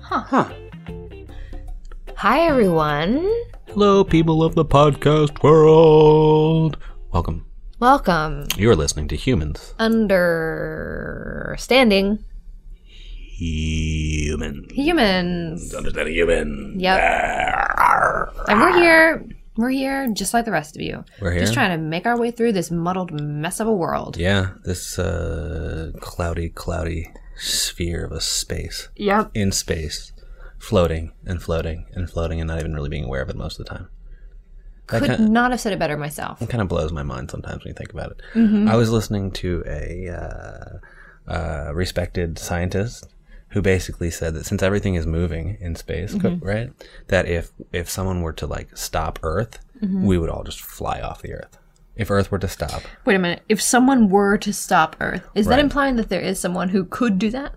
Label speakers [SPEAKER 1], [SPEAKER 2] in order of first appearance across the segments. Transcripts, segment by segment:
[SPEAKER 1] Huh.
[SPEAKER 2] Huh.
[SPEAKER 1] Hi, everyone.
[SPEAKER 2] Hello, people of the podcast world. Welcome.
[SPEAKER 1] Welcome.
[SPEAKER 2] You're listening to Humans.
[SPEAKER 1] Understanding
[SPEAKER 2] Humans.
[SPEAKER 1] humans.
[SPEAKER 2] Understanding humans.
[SPEAKER 1] Yep. And we're here. We're here just like the rest of you.
[SPEAKER 2] We're here.
[SPEAKER 1] Just trying to make our way through this muddled mess of a world.
[SPEAKER 2] Yeah, this uh, cloudy, cloudy sphere of a space.
[SPEAKER 1] Yep.
[SPEAKER 2] In space. Floating and floating and floating and not even really being aware of it most of the time. That
[SPEAKER 1] Could
[SPEAKER 2] kinda-
[SPEAKER 1] not have said it better myself.
[SPEAKER 2] kind of blows my mind sometimes when you think about it.
[SPEAKER 1] Mhm.
[SPEAKER 2] I was listening to a uh, uh, respected scientist who basically said that since everything is moving in space, co- right, that if if someone were to like stop Earth, we would all just fly off the Earth. If Earth were to stop,
[SPEAKER 1] Wait a minute. If someone were to stop Earth, is
[SPEAKER 2] Right.
[SPEAKER 1] that implying that there is someone who could do that?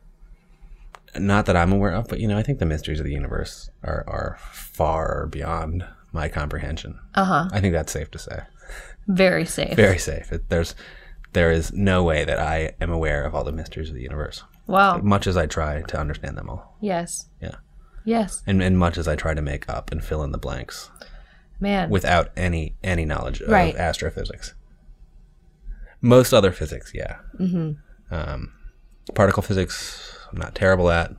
[SPEAKER 2] not that I'm aware of, but you know, I think the mysteries of the universe are are far beyond my comprehension.
[SPEAKER 1] Uh huh.
[SPEAKER 2] I think that's safe to say.
[SPEAKER 1] Very safe.
[SPEAKER 2] Very safe. It, there's there is no way that I am aware of all the mysteries of the universe,
[SPEAKER 1] wow.
[SPEAKER 2] much as I try to understand them all.
[SPEAKER 1] Yes.
[SPEAKER 2] Mm. Yeah.
[SPEAKER 1] Yes.
[SPEAKER 2] and, and much as I try to make up and fill in the blanks
[SPEAKER 1] Man.
[SPEAKER 2] without any any knowledge
[SPEAKER 1] Right.
[SPEAKER 2] of astrophysics. Most other physics, yeah. Mm-hmm. Um, particle physics, I'm not terrible at,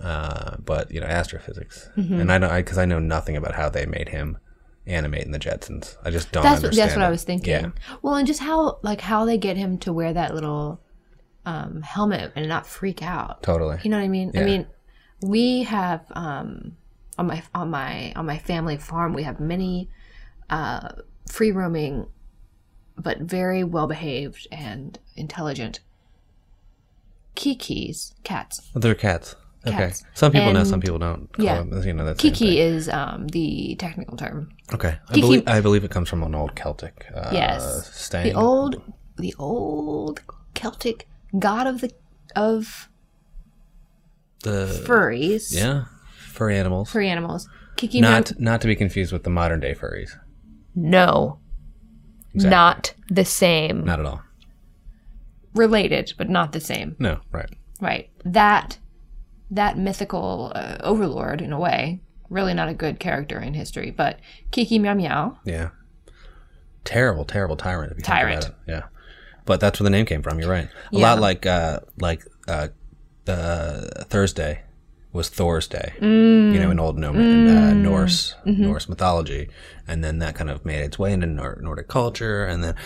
[SPEAKER 2] uh, but you know astrophysics,
[SPEAKER 1] Mm-hmm.
[SPEAKER 2] and I know because I, know nothing about how they made him animate in the Jetsons. I just don't.
[SPEAKER 1] that's what,
[SPEAKER 2] understand
[SPEAKER 1] that's what I
[SPEAKER 2] it.
[SPEAKER 1] was thinking.
[SPEAKER 2] Yeah,
[SPEAKER 1] Well, and just how like how they get him to wear that little um, helmet and not freak out.
[SPEAKER 2] totally.
[SPEAKER 1] You know what I mean? I
[SPEAKER 2] Yeah.
[SPEAKER 1] mean, we have um, on my on my on my family farm we have many uh, free roaming, but very well behaved and intelligent kikis cats.
[SPEAKER 2] But they're cats. Okay,
[SPEAKER 1] Cats.
[SPEAKER 2] some people know, some
[SPEAKER 1] And-
[SPEAKER 2] people don't. Call
[SPEAKER 1] yeah.
[SPEAKER 2] them- you know that's the
[SPEAKER 1] Kiki
[SPEAKER 2] same
[SPEAKER 1] is um, the technical term.
[SPEAKER 2] thing. Okay, I
[SPEAKER 1] Kiki-
[SPEAKER 2] believe I believe it comes from an old Celtic. Uh,
[SPEAKER 1] Yes.
[SPEAKER 2] stain.
[SPEAKER 1] The old, the old Celtic god of the of
[SPEAKER 2] the
[SPEAKER 1] furries.
[SPEAKER 2] Yeah, furry animals.
[SPEAKER 1] Furry animals. Kiki
[SPEAKER 2] Not
[SPEAKER 1] Mo-
[SPEAKER 2] not to be confused with the modern day furries.
[SPEAKER 1] no.
[SPEAKER 2] Exactly.
[SPEAKER 1] Not the same.
[SPEAKER 2] Not at all.
[SPEAKER 1] Related, but not the same.
[SPEAKER 2] No, right.
[SPEAKER 1] Right. That that mythical uh, overlord in a way. Really not a good character in history, but Kiki Meow Meow.
[SPEAKER 2] Yeah. Terrible, terrible tyrant. If you
[SPEAKER 1] Tyrant.
[SPEAKER 2] Think about it. Yeah. But that's where the name came from. You're right. A
[SPEAKER 1] Yeah.
[SPEAKER 2] lot like uh like uh the Thursday was Thor's day. You know, in old Nor-
[SPEAKER 1] Mm.
[SPEAKER 2] uh, Norse
[SPEAKER 1] Mm-hmm.
[SPEAKER 2] Norse mythology, and then that kind of made its way into Nor- Nordic culture, and then.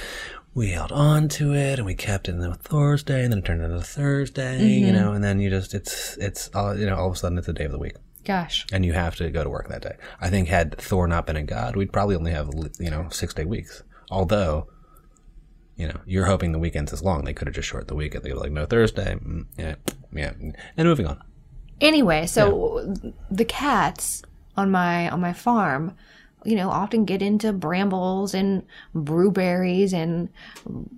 [SPEAKER 2] We held on to it, and we kept it. And then Thor's Day, and then it turned into Thursday, you
[SPEAKER 1] Mm-hmm.
[SPEAKER 2] know. And then you just it's it's all you know. All of a sudden, it's a day of the week.
[SPEAKER 1] Gosh.
[SPEAKER 2] and you have to go to work that day. I think had Thor not been a god, we'd probably only have you know six day weeks. Although, you know, you're hoping the weekend's is long. They could have just shortened the weekend. They were like, no Thursday, mm, yeah, yeah, and moving on.
[SPEAKER 1] Anyway, so the cats on my on my farm, you know, often get into brambles and brewberries and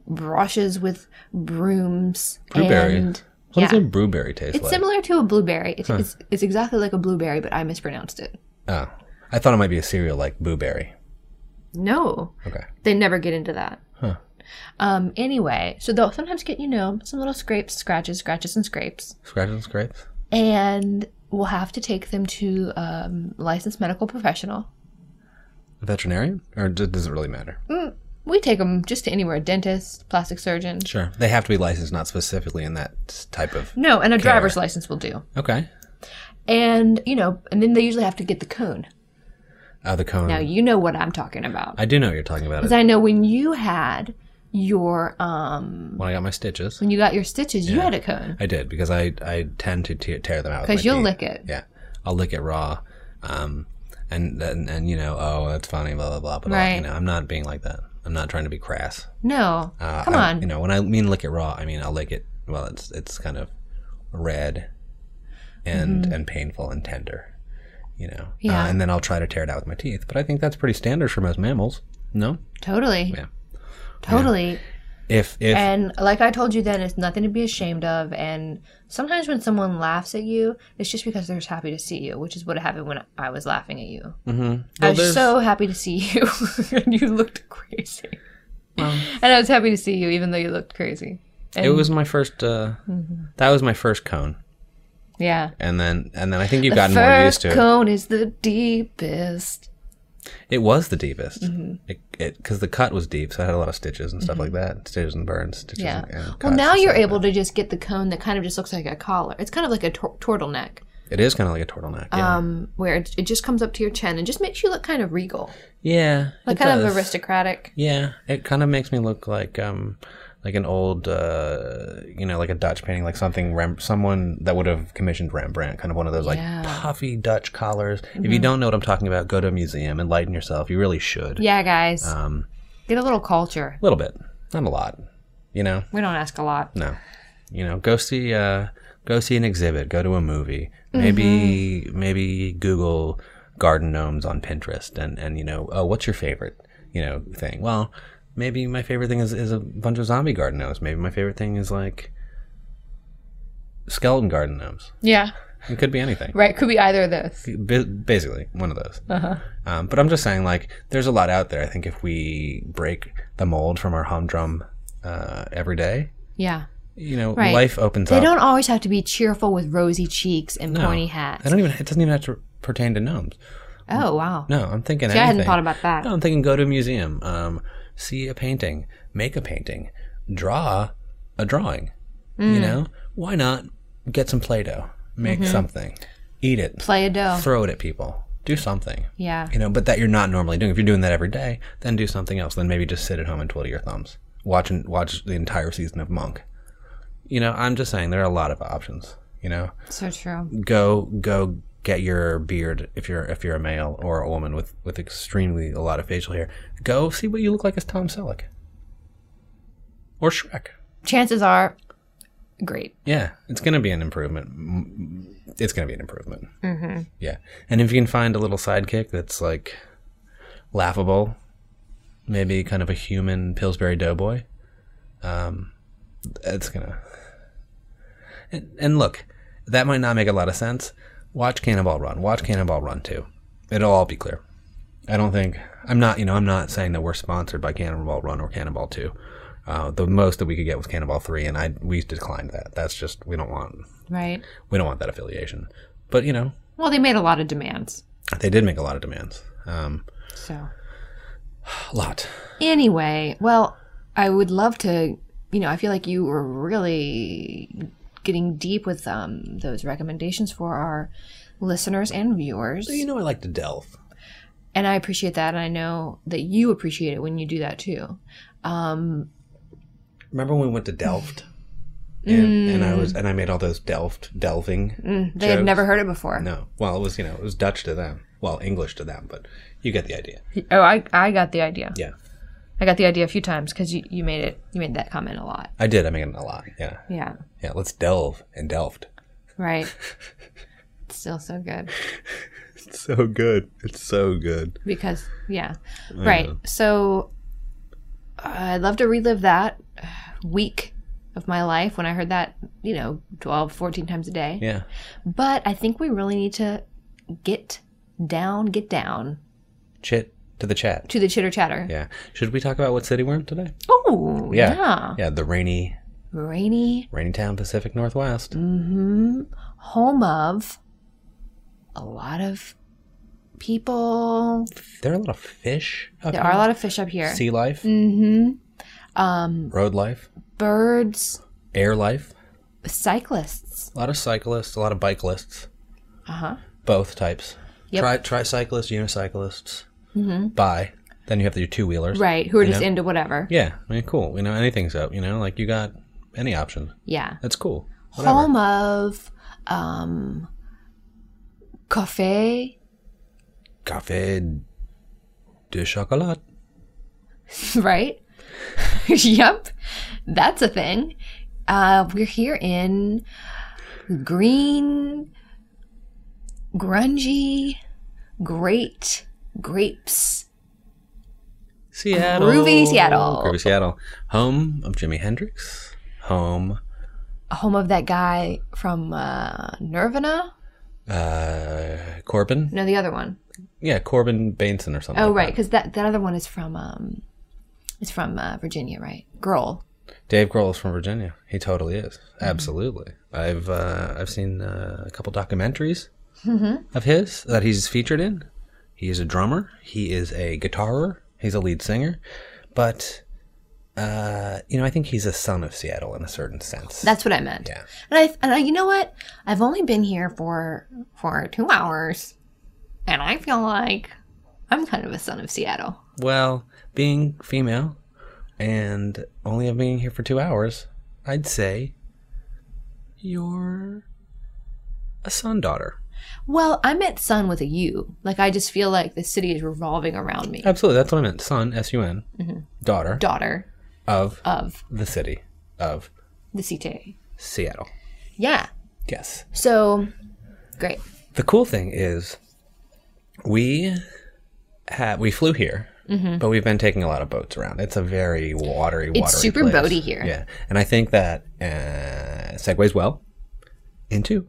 [SPEAKER 1] brushes with brooms.
[SPEAKER 2] Brewberry?
[SPEAKER 1] And,
[SPEAKER 2] What
[SPEAKER 1] Yeah.
[SPEAKER 2] does a brewberry taste
[SPEAKER 1] It's
[SPEAKER 2] like?
[SPEAKER 1] similar to a blueberry. It's, it's, it's exactly like a blueberry, but I mispronounced it.
[SPEAKER 2] oh, I thought it might be a cereal like blueberry.
[SPEAKER 1] No,
[SPEAKER 2] Okay,
[SPEAKER 1] they never get into that.
[SPEAKER 2] Huh.
[SPEAKER 1] Um. Anyway, so they'll sometimes get you know some little scrapes, scratches, scratches, and scrapes,
[SPEAKER 2] scratches and scrapes.
[SPEAKER 1] and we'll have to take them to um, licensed medical professional.
[SPEAKER 2] A veterinarian, or d- does it really matter?
[SPEAKER 1] We take them just to anywhere, dentist, plastic surgeon.
[SPEAKER 2] Sure, they have to be licensed, not specifically in that type of.
[SPEAKER 1] No, and a driver's license will do.
[SPEAKER 2] Okay,
[SPEAKER 1] And you know, and then they usually have to get the cone.
[SPEAKER 2] uh, the cone.
[SPEAKER 1] Now you know what I'm talking about,
[SPEAKER 2] I do know what you're talking about.
[SPEAKER 1] because I know when you had your um
[SPEAKER 2] When I got my stitches,
[SPEAKER 1] when you got your stitches, you had a cone
[SPEAKER 2] I did because I I tend to te- tear them out. with my
[SPEAKER 1] because you'll
[SPEAKER 2] teeth.
[SPEAKER 1] lick it.
[SPEAKER 2] Yeah, I'll lick it raw, um, and and, and you know, oh, that's funny, blah blah blah. But
[SPEAKER 1] Right.
[SPEAKER 2] you know, I'm not being like that. I'm not trying to be crass.
[SPEAKER 1] No,
[SPEAKER 2] Uh,
[SPEAKER 1] come
[SPEAKER 2] I-
[SPEAKER 1] on.
[SPEAKER 2] You know, when I mean lick it raw, I mean I'll lick it. Well, it's it's kind of red, and and painful and tender. You know. Uh,
[SPEAKER 1] Mm-hmm. Yeah.
[SPEAKER 2] and then I'll try to tear it out with my teeth. But I think that's pretty standard for most mammals. No.
[SPEAKER 1] totally,
[SPEAKER 2] Yeah.
[SPEAKER 1] totally.
[SPEAKER 2] If if
[SPEAKER 1] And like I told you then, it's nothing to be ashamed of. And sometimes when someone laughs at you, it's just because they're just happy to see you, which is what happened when I was laughing at you. I
[SPEAKER 2] mm-hmm. Well,
[SPEAKER 1] was
[SPEAKER 2] there's-
[SPEAKER 1] so happy to see you, and you looked crazy. and I was happy to see you, even though you looked crazy. Mm-hmm.
[SPEAKER 2] it was my first, uh, that was my first cone.
[SPEAKER 1] Yeah.
[SPEAKER 2] and then and then I think you've
[SPEAKER 1] The
[SPEAKER 2] gotten more used
[SPEAKER 1] first
[SPEAKER 2] to it.
[SPEAKER 1] cone is the deepest.
[SPEAKER 2] It was the deepest.
[SPEAKER 1] Mm-hmm.
[SPEAKER 2] It It because the cut was deep, so I had a lot of stitches and stuff like that, stitches and burns, stitches.
[SPEAKER 1] Yeah.
[SPEAKER 2] And, and
[SPEAKER 1] Well,
[SPEAKER 2] cuts
[SPEAKER 1] now
[SPEAKER 2] and
[SPEAKER 1] you're
[SPEAKER 2] stuff.
[SPEAKER 1] able to just get the cone that kind of just looks like a collar. It's kind of like a tor- turtleneck,
[SPEAKER 2] It is kind of like a turtleneck. Yeah,
[SPEAKER 1] um, where it, it just comes up to your chin and just makes you look kind of regal,
[SPEAKER 2] yeah
[SPEAKER 1] like
[SPEAKER 2] it
[SPEAKER 1] kind
[SPEAKER 2] does.
[SPEAKER 1] of aristocratic.
[SPEAKER 2] Yeah, it kind of makes me look like um like an old uh you know like a Dutch painting, like something Rem- someone that would have commissioned Rembrandt, kind of one of those like
[SPEAKER 1] Yeah. Mm-hmm.
[SPEAKER 2] puffy Dutch collars. If you don't know what I'm talking about, go to a museum and lighten yourself. You really should.
[SPEAKER 1] Yeah, guys,
[SPEAKER 2] Um,
[SPEAKER 1] get a little culture.
[SPEAKER 2] a little bit, not a lot. You know,
[SPEAKER 1] We don't ask a lot.
[SPEAKER 2] no, you know, go see uh go see an exhibit, go to a movie, maybe
[SPEAKER 1] Mm-hmm.
[SPEAKER 2] maybe Google garden gnomes on Pinterest, and and you know, oh, what's your favorite you know thing? Well, maybe my favorite thing is is a bunch of zombie garden gnomes. Maybe my favorite thing is like skeleton garden gnomes.
[SPEAKER 1] Yeah,
[SPEAKER 2] It could be anything.
[SPEAKER 1] right. Uh-huh. Could be either of those.
[SPEAKER 2] Ba- basically one of those. Um, but I'm just saying, like, there's a lot out there. I think if we break the mold from our humdrum uh, every day,
[SPEAKER 1] Yeah,
[SPEAKER 2] you know,
[SPEAKER 1] Right.
[SPEAKER 2] life opens
[SPEAKER 1] they
[SPEAKER 2] up.
[SPEAKER 1] don't always have to be cheerful with rosy cheeks and
[SPEAKER 2] No.
[SPEAKER 1] pointy hats.
[SPEAKER 2] I don't even. It doesn't even have to pertain to gnomes.
[SPEAKER 1] Oh wow,
[SPEAKER 2] No, I'm thinking.
[SPEAKER 1] I hadn't
[SPEAKER 2] anything.
[SPEAKER 1] thought about that.
[SPEAKER 2] No, I'm thinking. Go to a museum. Um, see a painting. Make a painting. Draw a drawing.
[SPEAKER 1] Mm.
[SPEAKER 2] You know, why not get some Play-Doh? Make
[SPEAKER 1] Mm-hmm.
[SPEAKER 2] something. Eat it.
[SPEAKER 1] Play a dough.
[SPEAKER 2] Throw it at people. Do something.
[SPEAKER 1] Yeah,
[SPEAKER 2] You know, but that you're not normally doing. If you're doing that every day, then do something else. Then maybe just sit at home and twiddle your thumbs. Watch and watch the entire season of Monk. You know, I'm just saying there are a lot of options. You know,
[SPEAKER 1] so true.
[SPEAKER 2] go go get your beard if you're if you're a male or a woman with with extremely a lot of facial hair. Go see what you look like as Tom Selleck or Shrek.
[SPEAKER 1] Chances are, great.
[SPEAKER 2] Yeah, it's gonna be an improvement. M- It's gonna be an improvement. Mm-hmm. Yeah, and if you can find a little sidekick that's like laughable, maybe kind of a human Pillsbury Doughboy, um, it's gonna. And, and look, that might not make a lot of sense. Watch Cannonball Run. Watch Cannonball Run too. It'll all be clear. I don't think I'm not. You know, I'm not saying that we're sponsored by Cannonball Run or Cannonball Two. Uh, the most that we could get was Cannonball Three, and I we declined that. That's just we don't want
[SPEAKER 1] Right.
[SPEAKER 2] we don't want that affiliation. But you know,
[SPEAKER 1] Well, they made a lot of demands.
[SPEAKER 2] they did make a lot of demands. Um,
[SPEAKER 1] So
[SPEAKER 2] a lot.
[SPEAKER 1] anyway, well, I would love to. You know, I feel like you were really getting deep with um, those recommendations for our listeners and viewers,
[SPEAKER 2] You know, I like to delve.
[SPEAKER 1] and I appreciate that. And I know that you appreciate it when you do that too. Um,
[SPEAKER 2] Remember when we went to Delft? And, and I was and I made all those Delft delving.
[SPEAKER 1] they had
[SPEAKER 2] jokes?
[SPEAKER 1] never heard it before.
[SPEAKER 2] No, well, it was you know it was Dutch to them, well English to them, but you get the idea.
[SPEAKER 1] Oh, I, I got the idea.
[SPEAKER 2] Yeah,
[SPEAKER 1] I got the idea a few times because you, you made it. You made that comment a lot.
[SPEAKER 2] I did. I made it a lot. Yeah,
[SPEAKER 1] Yeah.
[SPEAKER 2] yeah. Let's delve and Delft.
[SPEAKER 1] Right. it's still so good.
[SPEAKER 2] It's so good. It's so good.
[SPEAKER 1] because yeah right so uh, i'd love to relive that uh, week of my life when i heard that you know 12 14 times a day
[SPEAKER 2] Yeah.
[SPEAKER 1] but i think we really need to get down get down
[SPEAKER 2] Chit to the chat.
[SPEAKER 1] to the chitter chatter
[SPEAKER 2] Yeah. Should we talk about what city we're in today?
[SPEAKER 1] oh yeah.
[SPEAKER 2] Yeah, the rainy,
[SPEAKER 1] rainy
[SPEAKER 2] rainy town, Pacific Northwest.
[SPEAKER 1] Mm. home of a lot of people
[SPEAKER 2] There are a lot of fish. Up
[SPEAKER 1] there are Mm-hmm.
[SPEAKER 2] here.
[SPEAKER 1] Um, a lot of fish up here
[SPEAKER 2] sea life, road life,
[SPEAKER 1] birds
[SPEAKER 2] air life.
[SPEAKER 1] cyclists
[SPEAKER 2] A lot of cyclists. A lot of bikelists.
[SPEAKER 1] uh-huh
[SPEAKER 2] Both types.
[SPEAKER 1] Yep.
[SPEAKER 2] Tri- tricyclists, unicyclists. Mm-hmm. Bi. Then you have your two wheelers.
[SPEAKER 1] right who are just into whatever
[SPEAKER 2] Yeah. I mean, cool. You know, anything's up. You know, like you got any option.
[SPEAKER 1] yeah
[SPEAKER 2] That's cool.
[SPEAKER 1] home of um cafe
[SPEAKER 2] Café de chocolat.
[SPEAKER 1] right yep that's a thing uh we're here in green grungy great grapes
[SPEAKER 2] Seattle.
[SPEAKER 1] Groovy Seattle.
[SPEAKER 2] Groovy Seattle. Home of Jimi Hendrix. Home.
[SPEAKER 1] home of that guy from uh nirvana
[SPEAKER 2] Uh, Corbin.
[SPEAKER 1] no the other one.
[SPEAKER 2] Yeah, Corbin Bainson or something.
[SPEAKER 1] Oh,
[SPEAKER 2] like
[SPEAKER 1] right because that that other one is from um it's from uh, virginia right girl
[SPEAKER 2] that. Dave Grohl is from Virginia. He totally is. Absolutely. I've uh, I've seen uh, a couple documentaries of his that he's featured in. He is a drummer. He is a guitarer. He's a lead singer, but uh, you know I think he's a son of Seattle in a certain sense.
[SPEAKER 1] That's what I meant.
[SPEAKER 2] Yeah.
[SPEAKER 1] And I and I, you know what? I've only been here for for two hours, and I feel like I'm kind of a son of Seattle.
[SPEAKER 2] Well, being female and only being here for two hours, I'd say you're a son daughter.
[SPEAKER 1] Well, I meant son with a U. Like I just feel like the city is revolving around me.
[SPEAKER 2] Absolutely, that's what I meant. Son, S U N, daughter
[SPEAKER 1] Daughter
[SPEAKER 2] of
[SPEAKER 1] of
[SPEAKER 2] the city of
[SPEAKER 1] the Cite.
[SPEAKER 2] Seattle.
[SPEAKER 1] Yeah.
[SPEAKER 2] Yes.
[SPEAKER 1] So great.
[SPEAKER 2] The cool thing is, we ha- we flew here,
[SPEAKER 1] Mm-hmm.
[SPEAKER 2] but we've been taking a lot of boats around. It's a very watery, watery.
[SPEAKER 1] super
[SPEAKER 2] place.
[SPEAKER 1] boaty here.
[SPEAKER 2] Yeah, and I think that uh, segues well into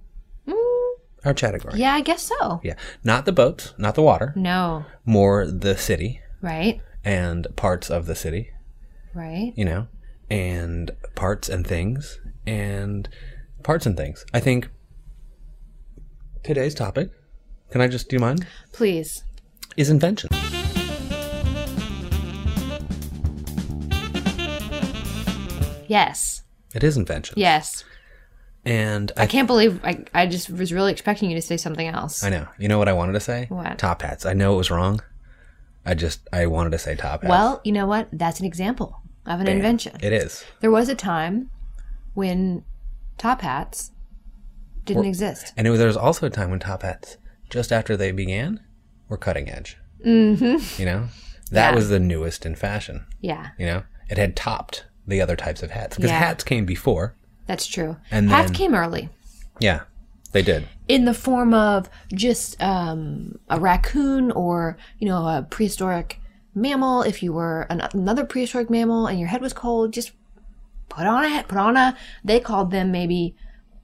[SPEAKER 2] our category. Yeah.
[SPEAKER 1] Mm. Yeah, I guess so.
[SPEAKER 2] not the boats, not the water,
[SPEAKER 1] No.
[SPEAKER 2] more the city
[SPEAKER 1] Right.
[SPEAKER 2] and parts of the city.
[SPEAKER 1] Right.
[SPEAKER 2] You know, and parts and things and parts and things. I think today's topic. Can I just do mine?
[SPEAKER 1] Please.
[SPEAKER 2] is invention.
[SPEAKER 1] Yes.
[SPEAKER 2] It is invention.
[SPEAKER 1] Yes.
[SPEAKER 2] And I,
[SPEAKER 1] I can't believe I, I just was really expecting you to say something else.
[SPEAKER 2] I know. You know what I wanted to say?
[SPEAKER 1] What?
[SPEAKER 2] Top hats. I know it was wrong. I just I wanted to say top hats.
[SPEAKER 1] Well, you know what? That's an example of an invention.
[SPEAKER 2] It is.
[SPEAKER 1] There was a time when top hats didn't exist.
[SPEAKER 2] And it was, there was also a time when top hats, just after they began, were cutting edge. Mm-hmm. You know? That
[SPEAKER 1] Yeah.
[SPEAKER 2] was the newest in fashion.
[SPEAKER 1] Yeah,
[SPEAKER 2] You know? It had topped the other types of hats. Because
[SPEAKER 1] Yeah.
[SPEAKER 2] hats came before.
[SPEAKER 1] that's true.
[SPEAKER 2] And
[SPEAKER 1] hats
[SPEAKER 2] then-
[SPEAKER 1] came early
[SPEAKER 2] Yeah. They did.
[SPEAKER 1] in the form of just um, a raccoon or, you know, a prehistoric mammal. If you were an, another prehistoric mammal and your head was cold, just put on a hat, put on a, they called them maybe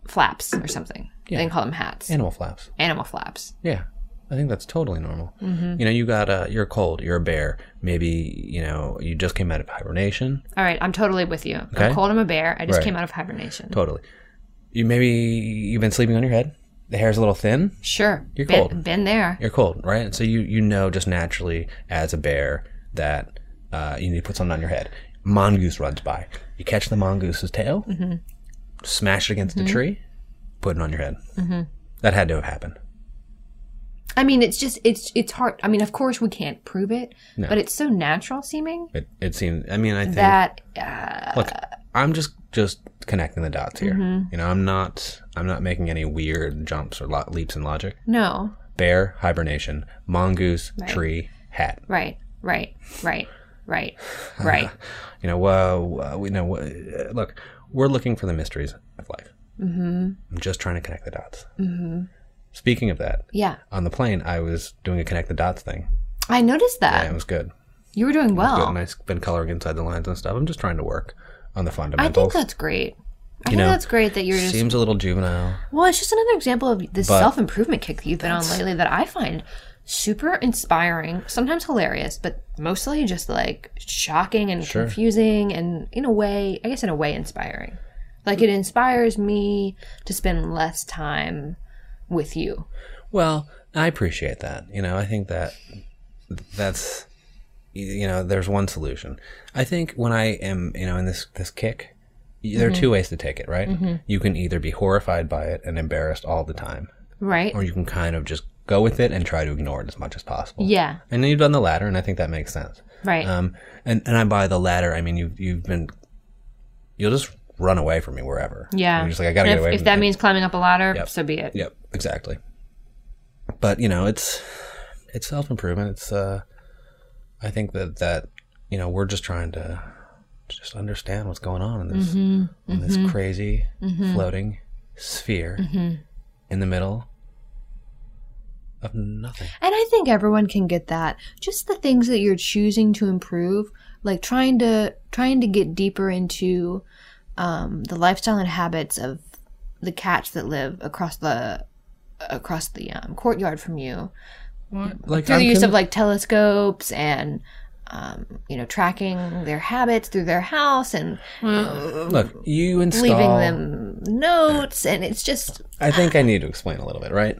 [SPEAKER 1] flaps or something. They didn't call them hats.
[SPEAKER 2] Animal flaps.
[SPEAKER 1] Animal flaps.
[SPEAKER 2] Yeah, I think that's totally normal.
[SPEAKER 1] Mm-hmm.
[SPEAKER 2] You know, you got a, you're cold, you're a bear. Maybe you know you just came out of hibernation.
[SPEAKER 1] All right, I'm totally with you.
[SPEAKER 2] Okay.
[SPEAKER 1] I'm cold. I'm a bear. I just
[SPEAKER 2] Right.
[SPEAKER 1] came out of hibernation.
[SPEAKER 2] Totally. You maybe you've been sleeping on your head. The hair's a little thin.
[SPEAKER 1] Sure.
[SPEAKER 2] You're
[SPEAKER 1] been,
[SPEAKER 2] cold.
[SPEAKER 1] Been there.
[SPEAKER 2] You're cold, right? And so you you know just naturally as a bear that uh, you need to put something on your head. Mongoose runs by. You catch the mongoose's tail, smash it against a tree, put it on your head. That had to have happened.
[SPEAKER 1] I mean, it's just it's it's hard. I mean, of course we can't prove it, but it's so natural seeming
[SPEAKER 2] It it seemed. I mean, I think
[SPEAKER 1] that uh,
[SPEAKER 2] look i'm just just connecting the dots here you know i'm not i'm not making any weird jumps or lo- leaps in logic
[SPEAKER 1] no,
[SPEAKER 2] bear hibernation mongoose tree hat
[SPEAKER 1] right, right, right, right, right.
[SPEAKER 2] you know uh, we know uh, look we're looking for the mysteries of life mm-hmm. i'm just trying to connect the dots mm-hmm. speaking of that
[SPEAKER 1] Yeah,
[SPEAKER 2] on the plane i was doing a connect the dots thing
[SPEAKER 1] I noticed that
[SPEAKER 2] and it was good
[SPEAKER 1] you were doing
[SPEAKER 2] good
[SPEAKER 1] well.
[SPEAKER 2] and i've been coloring inside the lines and stuff i'm just trying to work on the
[SPEAKER 1] I think
[SPEAKER 2] fundamentals
[SPEAKER 1] that's great. I think
[SPEAKER 2] know,
[SPEAKER 1] that's great that you're just
[SPEAKER 2] seems a little juvenile
[SPEAKER 1] well. It's just another example of the self improvement kick that you've been on lately that I find super inspiring, sometimes hilarious, but mostly just like shocking and confusing, and in a way, I guess in a way, inspiring. Like it inspires me to spend less time with you.
[SPEAKER 2] Well, I appreciate that. You know, I think that that's you know, there's one solution. I think when I am, you know, in this this kick, y there are
[SPEAKER 1] Mm-hmm.
[SPEAKER 2] two ways to take it, right? You can either be horrified by it and embarrassed all the time,
[SPEAKER 1] Right?
[SPEAKER 2] or you can kind of just go with it and try to ignore it as much as possible.
[SPEAKER 1] yeah.
[SPEAKER 2] And you've done the latter, and I think that makes sense.
[SPEAKER 1] Right.
[SPEAKER 2] Um, and and I by the latter, I mean you've you've been, you'll just run away from me wherever.
[SPEAKER 1] yeah.
[SPEAKER 2] You're just like I gotta
[SPEAKER 1] And
[SPEAKER 2] get
[SPEAKER 1] if,
[SPEAKER 2] away.
[SPEAKER 1] If
[SPEAKER 2] from
[SPEAKER 1] that
[SPEAKER 2] it."
[SPEAKER 1] means climbing up a ladder, so be it.
[SPEAKER 2] Yep, exactly. But you know, it's it's self improvement. It's uh, I think that that you know we're just trying to just understand what's going on in this
[SPEAKER 1] Mm-hmm,
[SPEAKER 2] in this crazy floating sphere
[SPEAKER 1] Mm-hmm.
[SPEAKER 2] in the middle of nothing.
[SPEAKER 1] And I think everyone can get that. Just the things that you're choosing to improve, like trying to trying to get deeper into um, the lifestyle and habits of the cats that live across the across the um, courtyard from you
[SPEAKER 2] Like
[SPEAKER 1] through the use
[SPEAKER 2] con-
[SPEAKER 1] of like telescopes and um, you know, tracking their habits through their house and
[SPEAKER 2] Look, you install.
[SPEAKER 1] leaving them notes. And it's just,
[SPEAKER 2] I think I need to explain a little bit, right?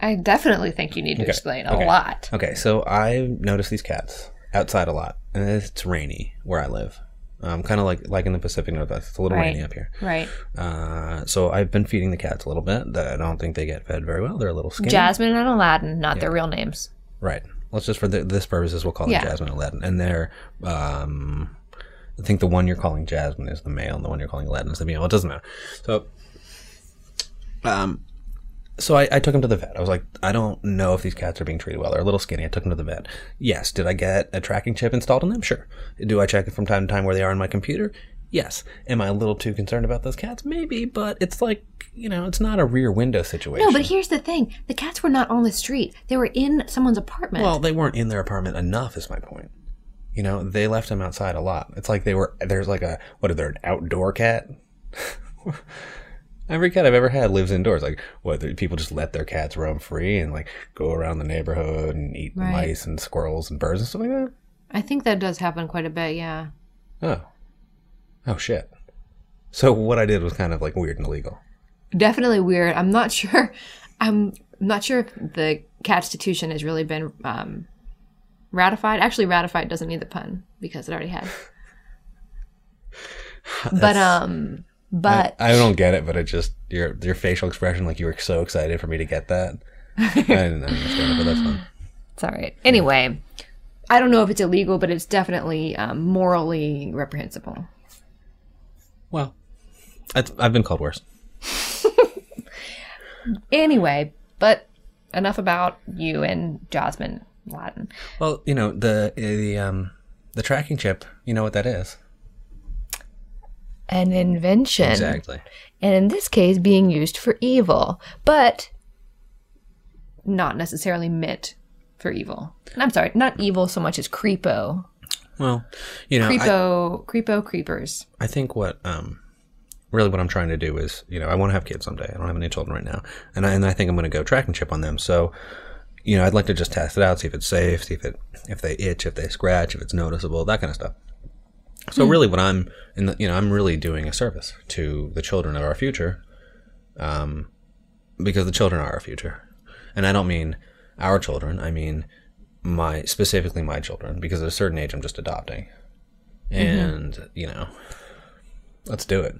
[SPEAKER 1] I definitely think you need to explain a
[SPEAKER 2] okay.
[SPEAKER 1] lot.
[SPEAKER 2] Okay, so I notice these cats outside a lot, and it's rainy where I live. Um, kind of like like in the Pacific Northwest, it's a little
[SPEAKER 1] Right.
[SPEAKER 2] rainy up here.
[SPEAKER 1] Right.
[SPEAKER 2] Uh, so I've been feeding the cats a little bit. That I don't think they get fed very well. They're a little skinny.
[SPEAKER 1] Jasmine and Aladdin, not their real names.
[SPEAKER 2] Right. Let's just for th this purposes, we'll call them
[SPEAKER 1] Yeah.
[SPEAKER 2] Jasmine and Aladdin. And they're, um, I think the one you're calling Jasmine is the male, and the one you're calling Aladdin is the female. It doesn't matter. So, um, so I, I took him to the vet. I was like, I don't know if these cats are being treated well. They're a little skinny. I took them to the vet. Yes. Did I get a tracking chip installed on them? Sure. Do I check it from time to time where they are on my computer? Yes. Am I a little too concerned about those cats? Maybe, but it's like, you know, it's not a rear window situation.
[SPEAKER 1] No, but here's the thing the cats were not on the street, they were in someone's apartment.
[SPEAKER 2] Well, they weren't in their apartment enough, is my point. You know, they left them outside a lot. It's like they were, there's like a, what are they, an outdoor cat? Every cat I've ever had lives indoors. Like, what, the- people just let their cats roam free and like go around the neighborhood and eat
[SPEAKER 1] Right.
[SPEAKER 2] mice and squirrels and birds and stuff like that?
[SPEAKER 1] I think that does happen quite a bit, yeah.
[SPEAKER 2] Oh. Oh, shit. So what I did was kind of like weird and illegal.
[SPEAKER 1] definitely weird. I'm not sure. I'm not sure if the Constitution has really been um, ratified. Actually, ratified doesn't need the pun because it already had. but um, but
[SPEAKER 2] I don't get it, but it just, your your facial expression, like you were so excited for me to get that. I didn't understand it, but that's fine.
[SPEAKER 1] it's all right. Anyway, I don't know if it's illegal, but it's definitely um, morally reprehensible.
[SPEAKER 2] Well, I've I've been called worse.
[SPEAKER 1] Anyway, but enough about you and Jasmine Latin.
[SPEAKER 2] Well, you know the the um the tracking chip. You know what that is
[SPEAKER 3] an invention,
[SPEAKER 2] exactly.
[SPEAKER 3] and in this case, being used for evil. But
[SPEAKER 1] Not necessarily meant for evil. And I'm sorry, not evil so much as creepo.
[SPEAKER 2] Well, you know, I,
[SPEAKER 1] Creepo, creepo, creepers.
[SPEAKER 2] I think what um really what I'm trying to do is you know I want to have kids someday. I don't have any children right now, and I, and I think I'm going to go tracking chip on them. So. You know, I'd like to just test it out, see if it's safe, see if it if they itch, if they scratch, if it's noticeable, that kind of stuff. So really, what I'm in the, you know I'm really doing a service to the children of our future, um, because the children are our future, and I don't mean our children. I mean my specifically my children because at a certain age I'm just adopting, and you know, let's do it.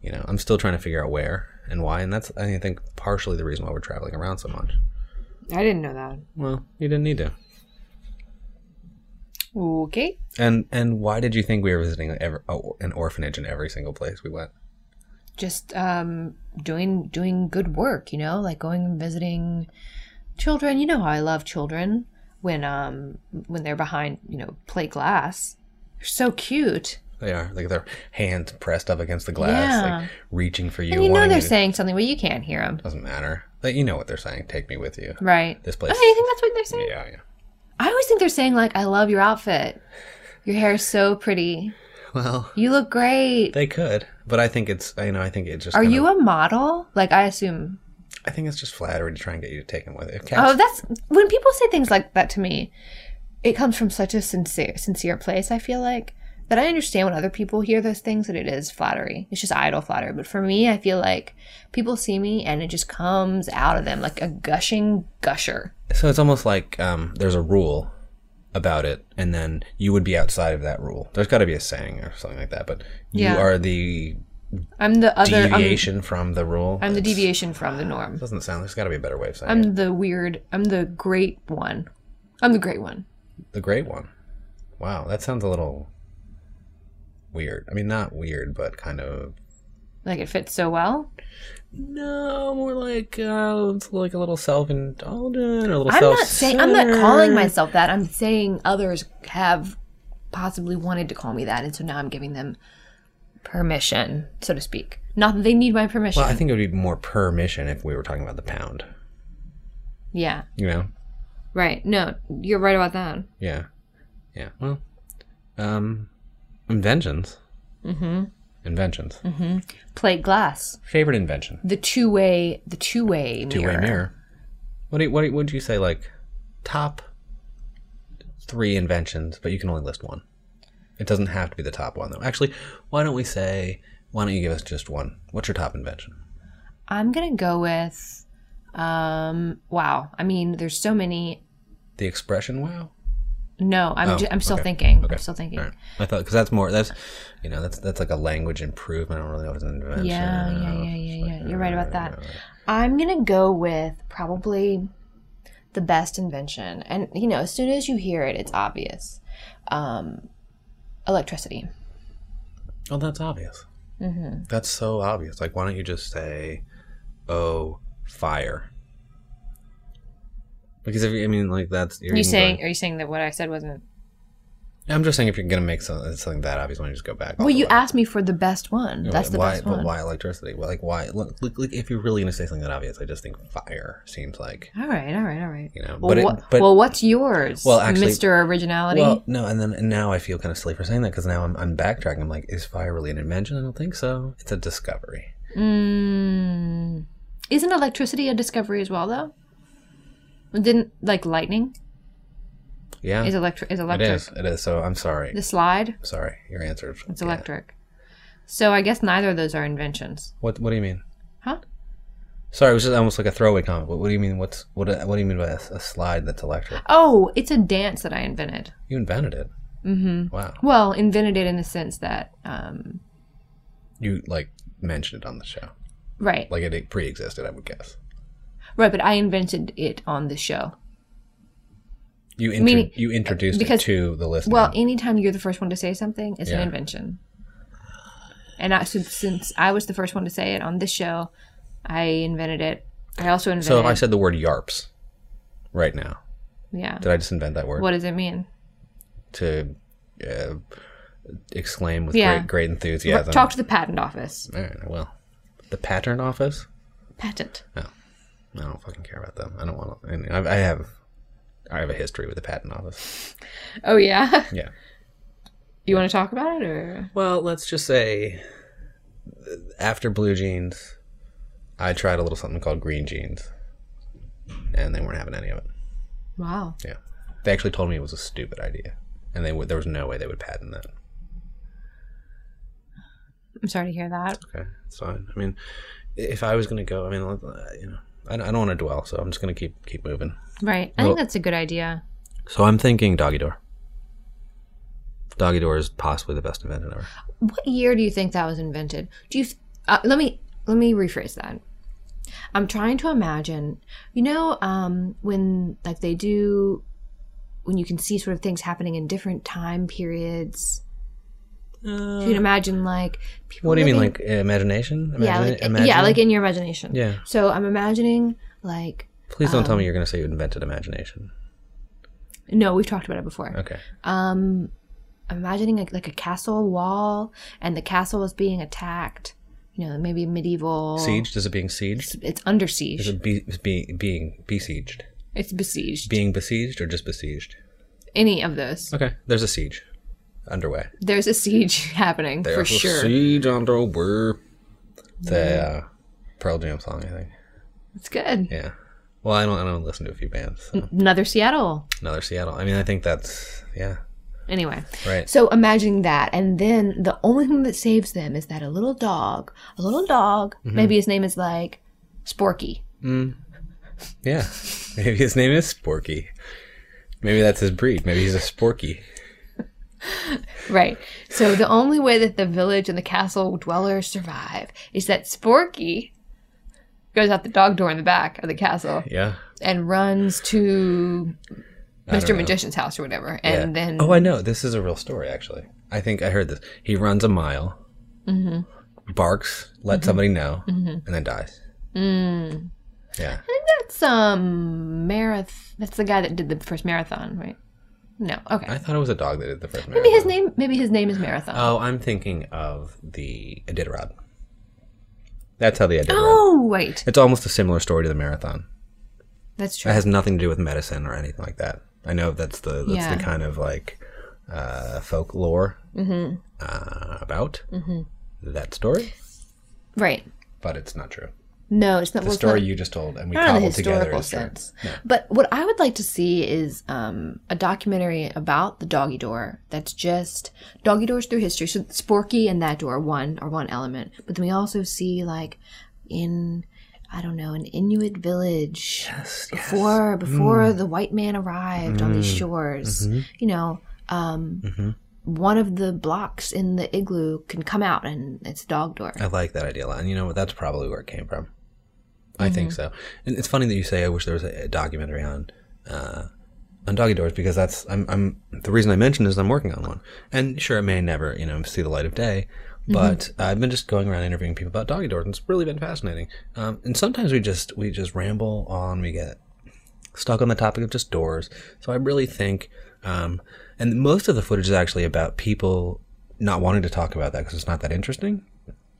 [SPEAKER 2] You know, I'm still trying to figure out where and why, and that's I think partially the reason why we're traveling around so much.
[SPEAKER 1] I didn't know that.
[SPEAKER 2] Well, you didn't need to.
[SPEAKER 1] Okay.
[SPEAKER 2] And and why did you think we were visiting ever, oh, an orphanage in every single place we went?
[SPEAKER 1] Just um doing doing good work, you know, like going and visiting children. You know how I love children when um when they're behind, you know, plate glass. They're so cute.
[SPEAKER 2] They are like their hands pressed up against the glass,
[SPEAKER 1] Yeah.
[SPEAKER 2] like reaching for you.
[SPEAKER 1] And you know
[SPEAKER 2] wanting
[SPEAKER 1] they're
[SPEAKER 2] to-
[SPEAKER 1] saying something, but you can't hear them.
[SPEAKER 2] doesn't matter. Like, you know what they're saying. Take me with you.
[SPEAKER 1] Right.
[SPEAKER 2] This place.
[SPEAKER 1] Oh, you think that's what they're saying?
[SPEAKER 2] Yeah, yeah.
[SPEAKER 1] I always think they're saying like, "I love your outfit. Your hair is so pretty.
[SPEAKER 2] Well,
[SPEAKER 1] You look great.
[SPEAKER 2] they could, but I think it's you know I think it just.
[SPEAKER 1] Are
[SPEAKER 2] kinda-
[SPEAKER 1] you a model?" Like I assume
[SPEAKER 2] I think it's just flattery to try and get you to take him with it.
[SPEAKER 1] Oh, that's when people say things like that to me. It comes from such a sincere, sincere place. I feel like that I understand when other people hear those things that it is flattery. It's just idle flattery. But for me, I feel like people see me and it just comes out of them like a gushing gusher.
[SPEAKER 2] so it's almost like um, there's a rule about it, and then you would be outside of that rule. There's got to be a saying or something like that, but
[SPEAKER 1] Yeah.
[SPEAKER 2] you are the
[SPEAKER 1] I'm the other. I'm,
[SPEAKER 2] deviation from the rule.
[SPEAKER 1] I'm the
[SPEAKER 2] It
[SPEAKER 1] deviation from the norm.
[SPEAKER 2] doesn't sound. There's got to be a better way of saying it.
[SPEAKER 1] I'm the weird. I'm the great one. I'm the great one.
[SPEAKER 2] The great one. Wow, that sounds a little weird. I mean, not weird, but kind of.
[SPEAKER 1] Like it fits so well.
[SPEAKER 2] No, more like uh, it's like a little self-indulgent or a little
[SPEAKER 1] I'm not saying. I'm not calling myself that. I'm saying others have possibly wanted to call me that, and so now I'm giving them permission, so to speak. Not that they need my permission.
[SPEAKER 2] Well, I think it would be more permission if we were talking about the pound.
[SPEAKER 1] yeah.
[SPEAKER 2] You know?
[SPEAKER 1] Right. No, you're right about that.
[SPEAKER 2] Yeah. Yeah. Well, um, inventions. Mm-hmm. Inventions.
[SPEAKER 1] Plate glass.
[SPEAKER 2] Favorite invention.
[SPEAKER 1] The two way. The two way mirror.
[SPEAKER 2] Two-way mirror. What do you, what do you- would you say like top three inventions, but you can only list one. It doesn't have to be the top one, though. Actually, why don't we say, why don't you give us just one? What's your top invention?
[SPEAKER 1] I'm gonna go with um wow. I mean, there's so many.
[SPEAKER 2] The expression wow?
[SPEAKER 1] No, I'm
[SPEAKER 2] Oh,
[SPEAKER 1] ju- I'm still
[SPEAKER 2] okay.
[SPEAKER 1] thinking. I'm still thinking.
[SPEAKER 2] All right. I thought, because that's more, that's, you know, that's that's like a language improvement. I don't really know what an invention
[SPEAKER 1] Yeah, yeah, yeah,
[SPEAKER 2] is.
[SPEAKER 1] yeah, yeah. You're right about that. I'm gonna go with probably the best invention, and you know, as soon as you hear it, it's obvious. Um, electricity.
[SPEAKER 2] Oh, that's obvious. Mm-hmm. That's so obvious. Like, why don't you just say, "Oh, fire"? Because if you, I mean, like that's you're
[SPEAKER 1] You
[SPEAKER 2] even
[SPEAKER 1] saying?
[SPEAKER 2] going-
[SPEAKER 1] Are you saying that what I said wasn't?
[SPEAKER 2] I'm just saying if you're gonna make something, something that obvious, why don't you just go back? all
[SPEAKER 1] Well,
[SPEAKER 2] the
[SPEAKER 1] you
[SPEAKER 2] way?
[SPEAKER 1] asked me for the best one. That's the
[SPEAKER 2] Oh, why,
[SPEAKER 1] best
[SPEAKER 2] but
[SPEAKER 1] one.
[SPEAKER 2] why electricity? Well, like why? Look, look, like if you're really gonna say something that obvious, I just think fire seems like
[SPEAKER 1] All right, all right, all right.
[SPEAKER 2] you know.
[SPEAKER 1] Well,
[SPEAKER 2] but it,
[SPEAKER 1] what-
[SPEAKER 2] but
[SPEAKER 1] well, what's yours,
[SPEAKER 2] Well, actually-
[SPEAKER 1] Mr. Originality?
[SPEAKER 2] well, no, and then and now I feel kind of silly for saying that because now I'm, I'm backtracking. I'm like, is fire really an invention? I don't think so. It's a discovery.
[SPEAKER 1] mm, isn't electricity a discovery as well, though? Didn't like lightning
[SPEAKER 2] Yeah,
[SPEAKER 1] is electric? Is
[SPEAKER 2] it
[SPEAKER 1] electric
[SPEAKER 2] is. It is. So I'm sorry.
[SPEAKER 1] the slide?
[SPEAKER 2] Sorry, your answer. is-
[SPEAKER 1] It's
[SPEAKER 2] yeah.
[SPEAKER 1] electric. So I guess neither of those are inventions,
[SPEAKER 2] What What do you mean?
[SPEAKER 1] huh?
[SPEAKER 2] Sorry, it was just almost like a throwaway comment. But what do you mean? What's what? What do you mean by a, a slide that's electric?
[SPEAKER 1] Oh, it's a dance that I invented.
[SPEAKER 2] You invented it. Mm-hmm. Wow.
[SPEAKER 1] Well, invented it in the sense that, um,
[SPEAKER 2] You like mentioned it on the show.
[SPEAKER 1] right,
[SPEAKER 2] Like it pre-existed, I would guess.
[SPEAKER 1] right. But I invented it on the show.
[SPEAKER 2] You intro-
[SPEAKER 1] Meaning-
[SPEAKER 2] you introduced
[SPEAKER 1] because-
[SPEAKER 2] it to the listener.
[SPEAKER 1] Well, anytime you're the first one to say something, it's an
[SPEAKER 2] Yeah.
[SPEAKER 1] invention. And I, since, since I was the first one to say it on this show, I invented it. I also invented.
[SPEAKER 2] so if I said the word yarps right now,
[SPEAKER 1] yeah.
[SPEAKER 2] did I just invent that word
[SPEAKER 1] What does it mean?
[SPEAKER 2] to uh, exclaim with
[SPEAKER 1] Yeah.
[SPEAKER 2] great great enthusiasm?
[SPEAKER 1] Talk to the patent office.
[SPEAKER 2] All right, I will. The pattern office.
[SPEAKER 1] Patent.
[SPEAKER 2] I don't fucking care about them. I don't want to. And I, I have, I have a history with the patent office.
[SPEAKER 1] Oh yeah.
[SPEAKER 2] Yeah.
[SPEAKER 1] You want to talk about it or?
[SPEAKER 2] Well, let's just say uh, after blue jeans, I tried a little something called green jeans, and they weren't having any of it.
[SPEAKER 1] Wow.
[SPEAKER 2] Yeah, they actually told me it was a stupid idea, and they would, there was no way they would patent that.
[SPEAKER 1] I'm sorry to hear that.
[SPEAKER 2] Okay, it's fine. I mean, i- if I was gonna go, I mean, uh, you know, I, don't- I don't want to dwell, so I'm just gonna keep keep moving.
[SPEAKER 1] Right. I
[SPEAKER 2] Well-
[SPEAKER 1] think that's a good idea.
[SPEAKER 2] So I'm thinking doggy door. Doggy door is possibly the best invention ever.
[SPEAKER 1] What year do you think that was invented? Do you? Uh, let me let me rephrase that. I'm trying to imagine. You know, um, when like they do, when you can see sort of things happening in different time periods. you can imagine like people.
[SPEAKER 2] What do you mean,
[SPEAKER 1] living-
[SPEAKER 2] like imagination?
[SPEAKER 1] yeah,
[SPEAKER 2] Imagine-
[SPEAKER 1] like,
[SPEAKER 2] imagine-
[SPEAKER 1] yeah, like in Um, your imagination.
[SPEAKER 2] yeah.
[SPEAKER 1] So I'm imagining like
[SPEAKER 2] Please don't tell me you're going to say you invented imagination.
[SPEAKER 1] no, we've talked about it before.
[SPEAKER 2] Okay.
[SPEAKER 1] um I'm imagining like, like a castle wall and the castle is being attacked you know maybe medieval
[SPEAKER 2] Sieged? Is it being sieged?
[SPEAKER 1] it's under
[SPEAKER 2] Is
[SPEAKER 1] siege
[SPEAKER 2] it be, is be, being besieged?
[SPEAKER 1] it's besieged
[SPEAKER 2] Being besieged or just besieged?
[SPEAKER 1] any of those
[SPEAKER 2] Okay. There's a siege underway.
[SPEAKER 1] there's a siege happening for
[SPEAKER 2] There's a
[SPEAKER 1] sure
[SPEAKER 2] siege underway. The uh, Pearl Jam song, I think.
[SPEAKER 1] it's good
[SPEAKER 2] Yeah. Well, I don't. I don't listen to a few bands. So.
[SPEAKER 1] another Seattle
[SPEAKER 2] Another Seattle. I mean, I think that's yeah.
[SPEAKER 1] anyway
[SPEAKER 2] Right.
[SPEAKER 1] so imagining that and then the only thing that saves them is that a little dog a little dog
[SPEAKER 2] Mm-hmm.
[SPEAKER 1] maybe his name is like Sporky
[SPEAKER 2] Yeah. Maybe his name is Sporky. Maybe that's his breed. Maybe he's a Sporky.
[SPEAKER 1] Right. So the only way that the village and the castle dwellers survive is that Sporky goes out the dog door in the back of the castle
[SPEAKER 2] Yeah.
[SPEAKER 1] and runs to Mr.
[SPEAKER 2] know.
[SPEAKER 1] Magician's house or whatever. And
[SPEAKER 2] Yeah.
[SPEAKER 1] then
[SPEAKER 2] oh, I know. This is a real story, actually. I think I heard this. He runs a mile,
[SPEAKER 1] Mm-hmm.
[SPEAKER 2] barks, lets somebody know, and then dies. Mm. Yeah.
[SPEAKER 1] that's um marath that's the guy that did the first marathon, right? No. Okay.
[SPEAKER 2] I thought it was a dog that did the first
[SPEAKER 1] maybe
[SPEAKER 2] marathon.
[SPEAKER 1] his name maybe his name is Marathon.
[SPEAKER 2] Oh, I'm thinking of the Iditarod. That's how the Iditarod.
[SPEAKER 1] oh wait.
[SPEAKER 2] It's almost a similar story to the marathon.
[SPEAKER 1] That's
[SPEAKER 2] It
[SPEAKER 1] true.
[SPEAKER 2] has nothing to do with medicine or anything like that. I know that's the that's
[SPEAKER 1] Yeah. Mm-hmm.
[SPEAKER 2] the kind of like uh, folklore uh, about that story,
[SPEAKER 1] Right.
[SPEAKER 2] but it's not true.
[SPEAKER 3] No, it's not.
[SPEAKER 2] The
[SPEAKER 3] well, it's not-
[SPEAKER 2] story you just told, and we
[SPEAKER 3] not in the
[SPEAKER 2] cobbled together.
[SPEAKER 3] historical
[SPEAKER 2] is true.
[SPEAKER 3] sense. But what I would like to see is um, a documentary about the doggy door that's just doggy doors through history. So Sporky and that door are one are one element. But then we also see like in I don't know, an Inuit village before
[SPEAKER 2] Mm.
[SPEAKER 3] before the white man arrived on these shores.
[SPEAKER 2] Mm-hmm.
[SPEAKER 3] You know, um, one of the blocks in the igloo can come out and it's a dog door.
[SPEAKER 2] I like that idea a lot. And you know what? That's probably where it came from. I think so. And it's funny that you say I wish there was a, a documentary on uh, on doggy doors because that's I'm, I'm the reason I mentioned is I'm working on one. And sure, it may never you know see the light of day, but I've been just going around interviewing people about doggy doors, and it's really been fascinating. Um, and sometimes we just we just ramble on. We get stuck on the topic of just doors. So I really think, um, and most of the footage is actually about people not wanting to talk about that because it's not that interesting.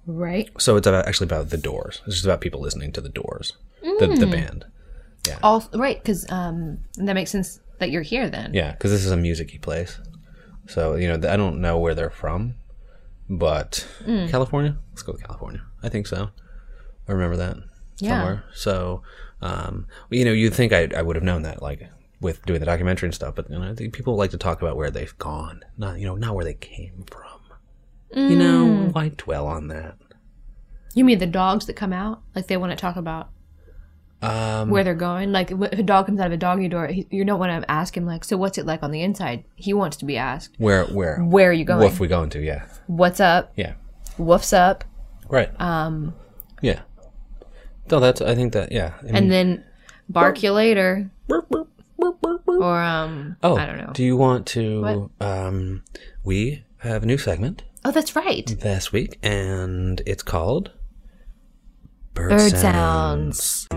[SPEAKER 3] Right.
[SPEAKER 2] So it's about, actually about the Doors. It's just about people listening to the Doors, the, the band.
[SPEAKER 1] All right, because um, that makes sense that you're here then.
[SPEAKER 2] Yeah, because this is a musicy place. So you know, th- I don't know where they're from, but California. Let's go with California. I think so. I remember that somewhere. So, um, well, you know, you'd think I, I would have known that, like with doing the documentary and stuff. But you know, I think people like to talk about where they've gone, not you know, not where they came from. You know, why dwell on that?
[SPEAKER 1] You mean the dogs that come out? Like they want to talk about
[SPEAKER 2] Um,
[SPEAKER 1] where they're going? Like if a dog comes out of a doggy door, he, you don't want to ask him like, so what's it like on the inside? He wants to be asked,
[SPEAKER 2] where, where,
[SPEAKER 1] where are you going?
[SPEAKER 2] woof we going to? Yeah,
[SPEAKER 1] What's up?
[SPEAKER 2] yeah.
[SPEAKER 1] Woof's up.
[SPEAKER 2] Right. Um. Yeah. No, that's. I think that. Yeah. I mean,
[SPEAKER 1] And then bark you later.
[SPEAKER 2] burp, burp, burp, burp, burp.
[SPEAKER 1] Or, um,
[SPEAKER 2] oh,
[SPEAKER 1] I don't know.
[SPEAKER 2] Do you want to? Um, we have a new segment
[SPEAKER 1] Oh, that's right.
[SPEAKER 2] this week, and it's called Bird,
[SPEAKER 3] Bird
[SPEAKER 2] Sound.
[SPEAKER 3] sounds.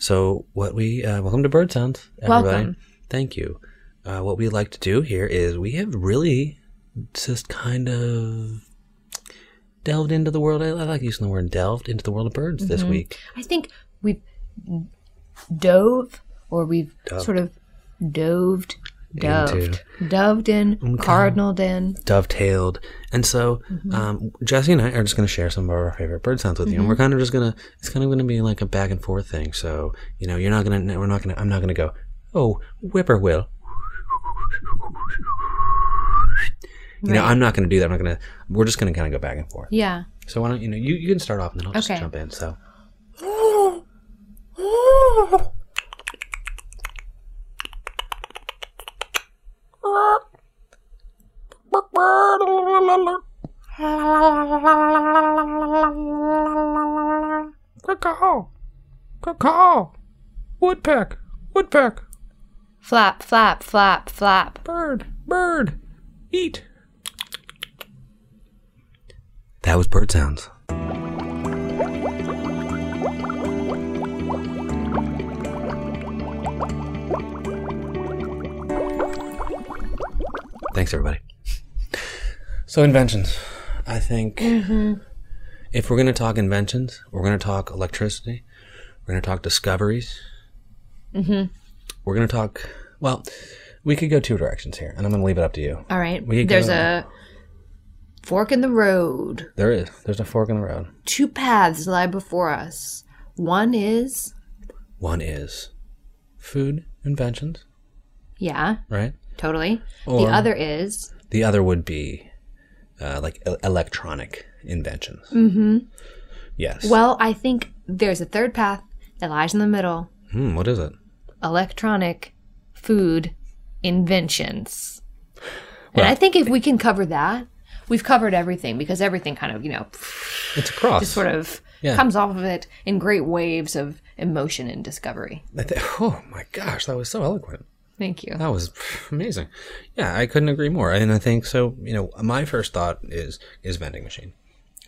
[SPEAKER 2] So, what we uh, welcome to Bird Sounds, everybody.
[SPEAKER 1] Welcome.
[SPEAKER 2] Thank you. Uh, what we like to do here is we have really just kind of delved into the world. I, I like using the word delved into the world of birds this week.
[SPEAKER 3] I think we've dove or we've
[SPEAKER 2] Dove.
[SPEAKER 3] sort of doved,
[SPEAKER 2] Into-
[SPEAKER 3] doved, doved in, cardinaled in.
[SPEAKER 2] dovetailed. And so um, Jesse and I are just going to share some of our favorite bird sounds with you, and we're kind of just gonna it's kind of going to be like a back and forth thing. So you know, you're not gonna we're not gonna I'm not gonna go oh whippoorwill. You know, I'm not going to do that. I'm not going to. We're just going to kind of go back and forth.
[SPEAKER 1] Yeah.
[SPEAKER 2] So why don't you know you, you can start off and then I'll just
[SPEAKER 1] Okay.
[SPEAKER 2] jump in. So
[SPEAKER 4] Call. Call. Woodpeck. Woodpeck.
[SPEAKER 3] Flap, flap, flap, flap.
[SPEAKER 4] Bird. Bird. Eat.
[SPEAKER 2] that was bird sounds. Thanks, everybody. So inventions, I think if we're going to talk inventions, we're going to talk electricity, we're going to talk discoveries, we're going to talk. Well, we could go two directions here, and I'm going to leave it up to you.
[SPEAKER 1] All right.
[SPEAKER 2] We
[SPEAKER 1] There's
[SPEAKER 2] go-
[SPEAKER 1] a fork in the road.
[SPEAKER 2] There is there's a fork in the road.
[SPEAKER 1] Two paths lie before us. One is,
[SPEAKER 2] One is food inventions,
[SPEAKER 1] yeah,
[SPEAKER 2] right?
[SPEAKER 1] totally.
[SPEAKER 2] Or-
[SPEAKER 1] the other is,
[SPEAKER 2] The other would be uh, like e- electronic inventions. Mm-hmm. Yes.
[SPEAKER 1] well, I think there's a third path that lies in the middle.
[SPEAKER 2] Hmm, what is it?
[SPEAKER 1] electronic food inventions.
[SPEAKER 2] Well-
[SPEAKER 1] and I think if we can cover that, we've covered everything because everything kind of, you know,
[SPEAKER 2] It's a cross.
[SPEAKER 1] sort of
[SPEAKER 2] Yeah.
[SPEAKER 1] comes off of it in great waves of emotion and discovery.
[SPEAKER 2] I thi- oh my gosh, that was so eloquent.
[SPEAKER 1] Thank you.
[SPEAKER 2] That was amazing. Yeah, I couldn't agree more. And I think so. You know, my first thought is is vending machine,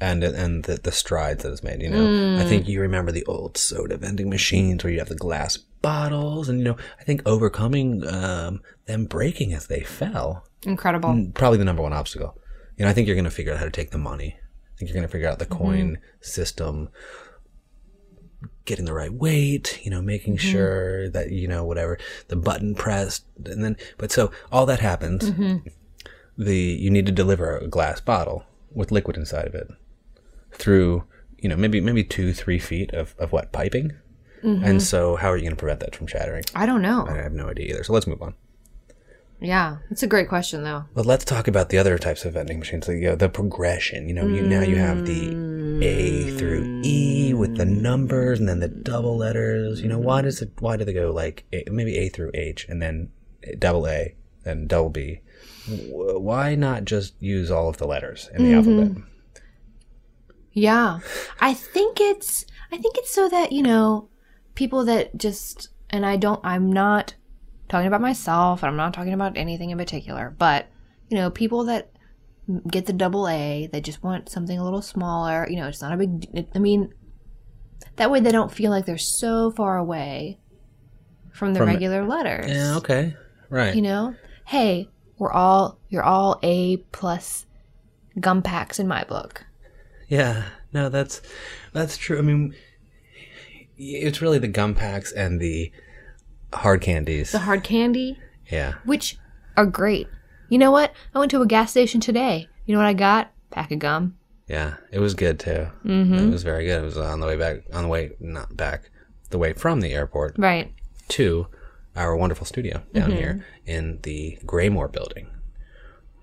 [SPEAKER 2] and and the, the strides that it's made. You know, I think you remember the old soda vending machines where you have the glass bottles, and you know, I think overcoming um, them breaking as they fell
[SPEAKER 1] Incredible.
[SPEAKER 2] probably the number one obstacle. You know, I think you're going to figure out how to take the money. I think you're going to figure out the coin system. getting the right weight, you know, making sure that, you know, whatever, the button pressed. And then, but so all that happens. The, you need to deliver a glass bottle with liquid inside of it through, you know, maybe, maybe two, three feet of, of what, piping? And so how are you going to prevent that from shattering?
[SPEAKER 1] I don't know.
[SPEAKER 2] I have no idea either. So let's move on.
[SPEAKER 1] Yeah, that's a great question though.
[SPEAKER 2] But let's talk about the other types of vending machines. Like, you know, the progression. You know, you now you have the A through E with the numbers, and then the double letters. You know, why does it? Why do they go like a, maybe A through H, and then double A, then double B? Wh- Why not just use all of the letters in the
[SPEAKER 1] Mm-hmm.
[SPEAKER 2] alphabet?
[SPEAKER 1] Yeah. I think it's I think it's so that, you know, people that just and I don't I'm not talking about myself, I'm not talking about anything in particular, but you know, people that get the double A, they just want something a little smaller, you know, it's not a big I mean that way they don't feel like they're so far away from the regular letters.
[SPEAKER 2] Yeah. Okay. Right.
[SPEAKER 1] You know? Hey, we're all you're all A plus gum packs in my book.
[SPEAKER 2] Yeah, no, that's that's true. I mean, it's really the gum packs and the hard candies.
[SPEAKER 1] The hard candy
[SPEAKER 2] Yeah,
[SPEAKER 1] which are great. You know what? I went to a gas station today. You know what I got? Pack of gum.
[SPEAKER 2] yeah, it was good too. Mm-hmm. It was very good. It was on the way back, on the way not back, the way from the airport
[SPEAKER 1] Right.
[SPEAKER 2] to our wonderful studio
[SPEAKER 3] Mm-hmm.
[SPEAKER 2] down here in the Graymore building,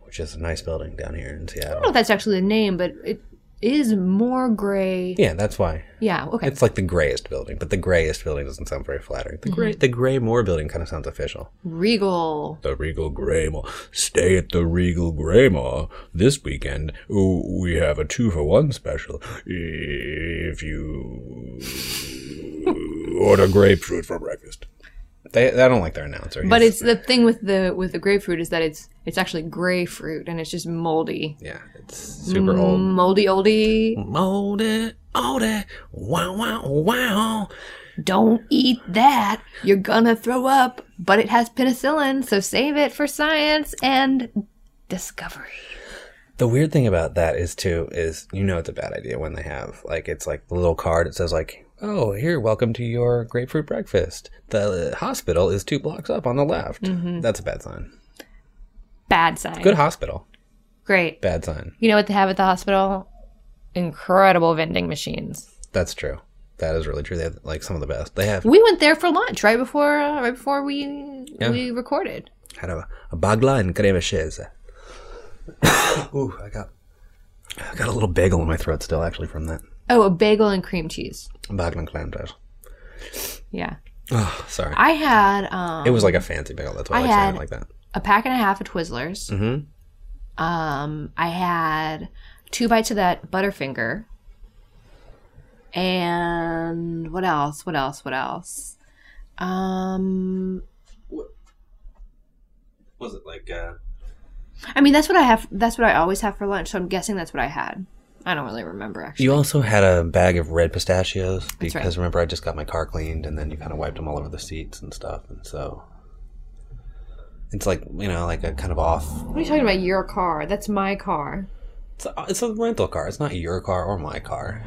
[SPEAKER 2] which is a nice building down here in Seattle.
[SPEAKER 1] I don't know if that's actually the name, but it is more gray.
[SPEAKER 2] Yeah, that's why.
[SPEAKER 1] Yeah. Okay.
[SPEAKER 2] It's like the grayest building, but the grayest building doesn't sound very flattering. The
[SPEAKER 3] Mm-hmm.
[SPEAKER 2] gray, the Graymore building kind of sounds official.
[SPEAKER 1] Regal.
[SPEAKER 4] The Regal Graymore. Stay at the Regal Graymore this weekend. Ooh, We have a two for one special. If you order grapefruit for breakfast.
[SPEAKER 2] They, I don't like their announcer.
[SPEAKER 3] But
[SPEAKER 2] He's-
[SPEAKER 3] it's the thing with the with the grapefruit is that it's it's actually gray fruit and it's just moldy,
[SPEAKER 2] yeah, it's super
[SPEAKER 3] Mm.
[SPEAKER 1] Mm,
[SPEAKER 2] old.
[SPEAKER 3] moldy oldie.
[SPEAKER 2] Moldy, moldy, wow, wow, wow.
[SPEAKER 3] Don't eat that. You're gonna throw up. But it has penicillin, so save it for science and discovery.
[SPEAKER 2] The weird thing about that is too is you know it's a bad idea when they have like it's like the little card it says like oh here welcome to your grapefruit breakfast the hospital is two blocks up on the left
[SPEAKER 1] Mm-hmm.
[SPEAKER 2] that's a bad sign
[SPEAKER 1] Bad sign.
[SPEAKER 2] good hospital
[SPEAKER 1] Great.
[SPEAKER 2] bad sign
[SPEAKER 1] You know what they have at the hospital? Incredible vending machines.
[SPEAKER 2] that's true that is really true they have like some of the best they have
[SPEAKER 1] We went there for lunch right before uh, right before we we recorded.
[SPEAKER 2] had a, a bagla and crema cheese ooh I got I got a little bagel in my throat still actually from that
[SPEAKER 1] Oh, a bagel and cream cheese.
[SPEAKER 2] bagla and clam chowder.
[SPEAKER 1] Yeah.
[SPEAKER 2] Oh, sorry.
[SPEAKER 1] I had um,
[SPEAKER 2] It was like a fancy bagel. That's why I,
[SPEAKER 1] I
[SPEAKER 2] like saying
[SPEAKER 1] had-
[SPEAKER 2] it like that.
[SPEAKER 1] a pack and a half of Twizzlers. Mm-hmm. Um, I had two bites of that Butterfinger. And what else? What else? What else? Um,
[SPEAKER 2] Was it like? Uh,
[SPEAKER 1] I mean, that's what I have. That's what I always have for lunch. So I'm guessing that's what I had. I don't really remember actually.
[SPEAKER 2] you also had a bag of red pistachios because
[SPEAKER 1] right.
[SPEAKER 2] remember I just got my car cleaned and then you kind of wiped them all over the seats and stuff, and so it's like you know like a kind of off.
[SPEAKER 1] What are you talking about? Your car? That's my car.
[SPEAKER 2] It's a, it's a rental car. It's not your car or my car.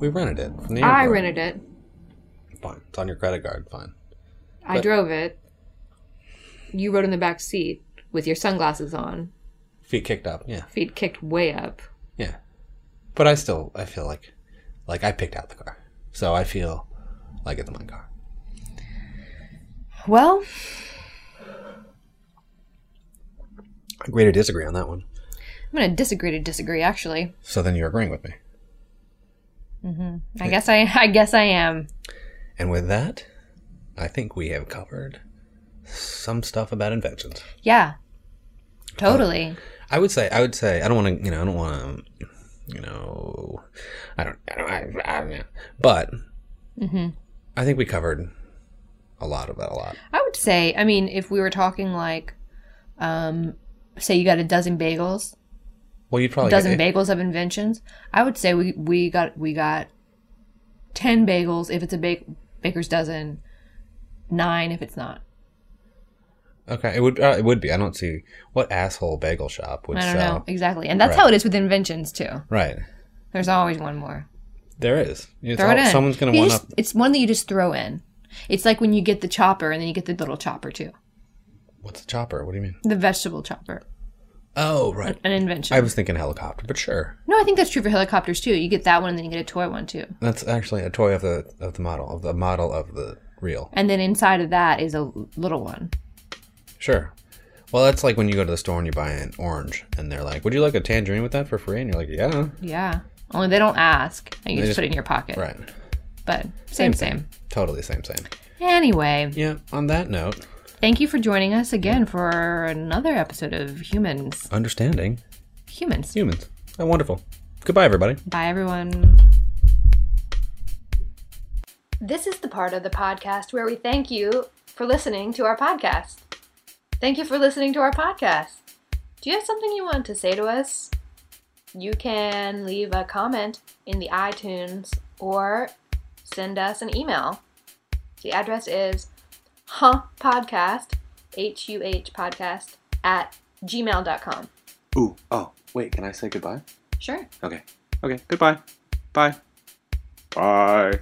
[SPEAKER 2] We rented it. From the
[SPEAKER 1] I
[SPEAKER 2] airport.
[SPEAKER 1] rented it.
[SPEAKER 2] Fine. It's on your credit card. Fine.
[SPEAKER 1] I drove it. You rode in the back seat with your sunglasses on,
[SPEAKER 2] Feet kicked up. Yeah.
[SPEAKER 1] feet kicked way up.
[SPEAKER 2] Yeah. But I still I feel like like I picked out the car, so I feel like it's my car.
[SPEAKER 1] Well,
[SPEAKER 2] Agree to disagree on that one.
[SPEAKER 1] I'm gonna disagree to disagree. Actually,
[SPEAKER 2] So then you're agreeing with me.
[SPEAKER 1] Mm-hmm. I guess I, I guess I am.
[SPEAKER 2] And with that, I think we have covered some stuff about inventions.
[SPEAKER 1] Yeah, totally.
[SPEAKER 2] I would say, I would say, I don't want to, you know, I don't want to, you know, I don't, I don't, I, I don't know. But
[SPEAKER 1] Mm-hmm.
[SPEAKER 2] I think we covered a lot of that, a lot.
[SPEAKER 1] I would say. I mean, if we were talking like, um, say you got a dozen bagels,
[SPEAKER 2] Well, you'd probably
[SPEAKER 1] dozen
[SPEAKER 2] get,
[SPEAKER 1] bagels of inventions. I would say we we got we got ten bagels if it's a bake baker's dozen, nine if it's not.
[SPEAKER 2] Okay, it would, uh, it would be. I don't see what asshole bagel shop would
[SPEAKER 1] I don't
[SPEAKER 2] sell.
[SPEAKER 1] know exactly, and that's how it is with inventions too.
[SPEAKER 2] Right.
[SPEAKER 1] There's always one more.
[SPEAKER 2] There is. It's
[SPEAKER 1] Throw it
[SPEAKER 2] all-
[SPEAKER 1] in.
[SPEAKER 2] Someone's going to
[SPEAKER 1] You
[SPEAKER 2] want
[SPEAKER 1] just-
[SPEAKER 2] to.
[SPEAKER 1] It's one that you just throw in. It's like when you get the chopper and then you get the little chopper too,
[SPEAKER 2] What's a chopper? What do you mean?
[SPEAKER 1] the vegetable chopper,
[SPEAKER 2] Oh, right.
[SPEAKER 1] an invention.
[SPEAKER 2] I was thinking helicopter, but sure.
[SPEAKER 1] no, I think that's true for helicopters too. You get that one and then you get a toy one too.
[SPEAKER 2] That's actually a toy of the of the model of the model of the reel.
[SPEAKER 1] And then inside of that is a little one.
[SPEAKER 2] Sure. Well, that's like when you go to the store and you buy an orange, and they're like, "Would you like a tangerine with that for free?" And you're like, "Yeah."
[SPEAKER 1] Yeah. Only they don't ask. And you just,
[SPEAKER 2] just-
[SPEAKER 1] put it in your pocket.
[SPEAKER 2] Right.
[SPEAKER 1] But same, same.
[SPEAKER 2] Totally same, same.
[SPEAKER 1] Anyway,
[SPEAKER 2] Yeah. On that note,
[SPEAKER 1] thank you for joining us again for another episode of Humans.
[SPEAKER 2] understanding
[SPEAKER 1] Humans.
[SPEAKER 2] humans. Oh, wonderful. Goodbye, everybody.
[SPEAKER 1] Bye, everyone. This is the part of the podcast where we thank you for listening to our podcast. Thank you for listening to our podcast. Do you have something you want to say to us? You can leave a comment in the iTunes or send us an email. The address is huh podcast, H U H podcast, at gmail.com.
[SPEAKER 5] Ooh, oh, wait, can I say goodbye?
[SPEAKER 1] Sure.
[SPEAKER 5] Okay. Okay, goodbye. Bye. Bye.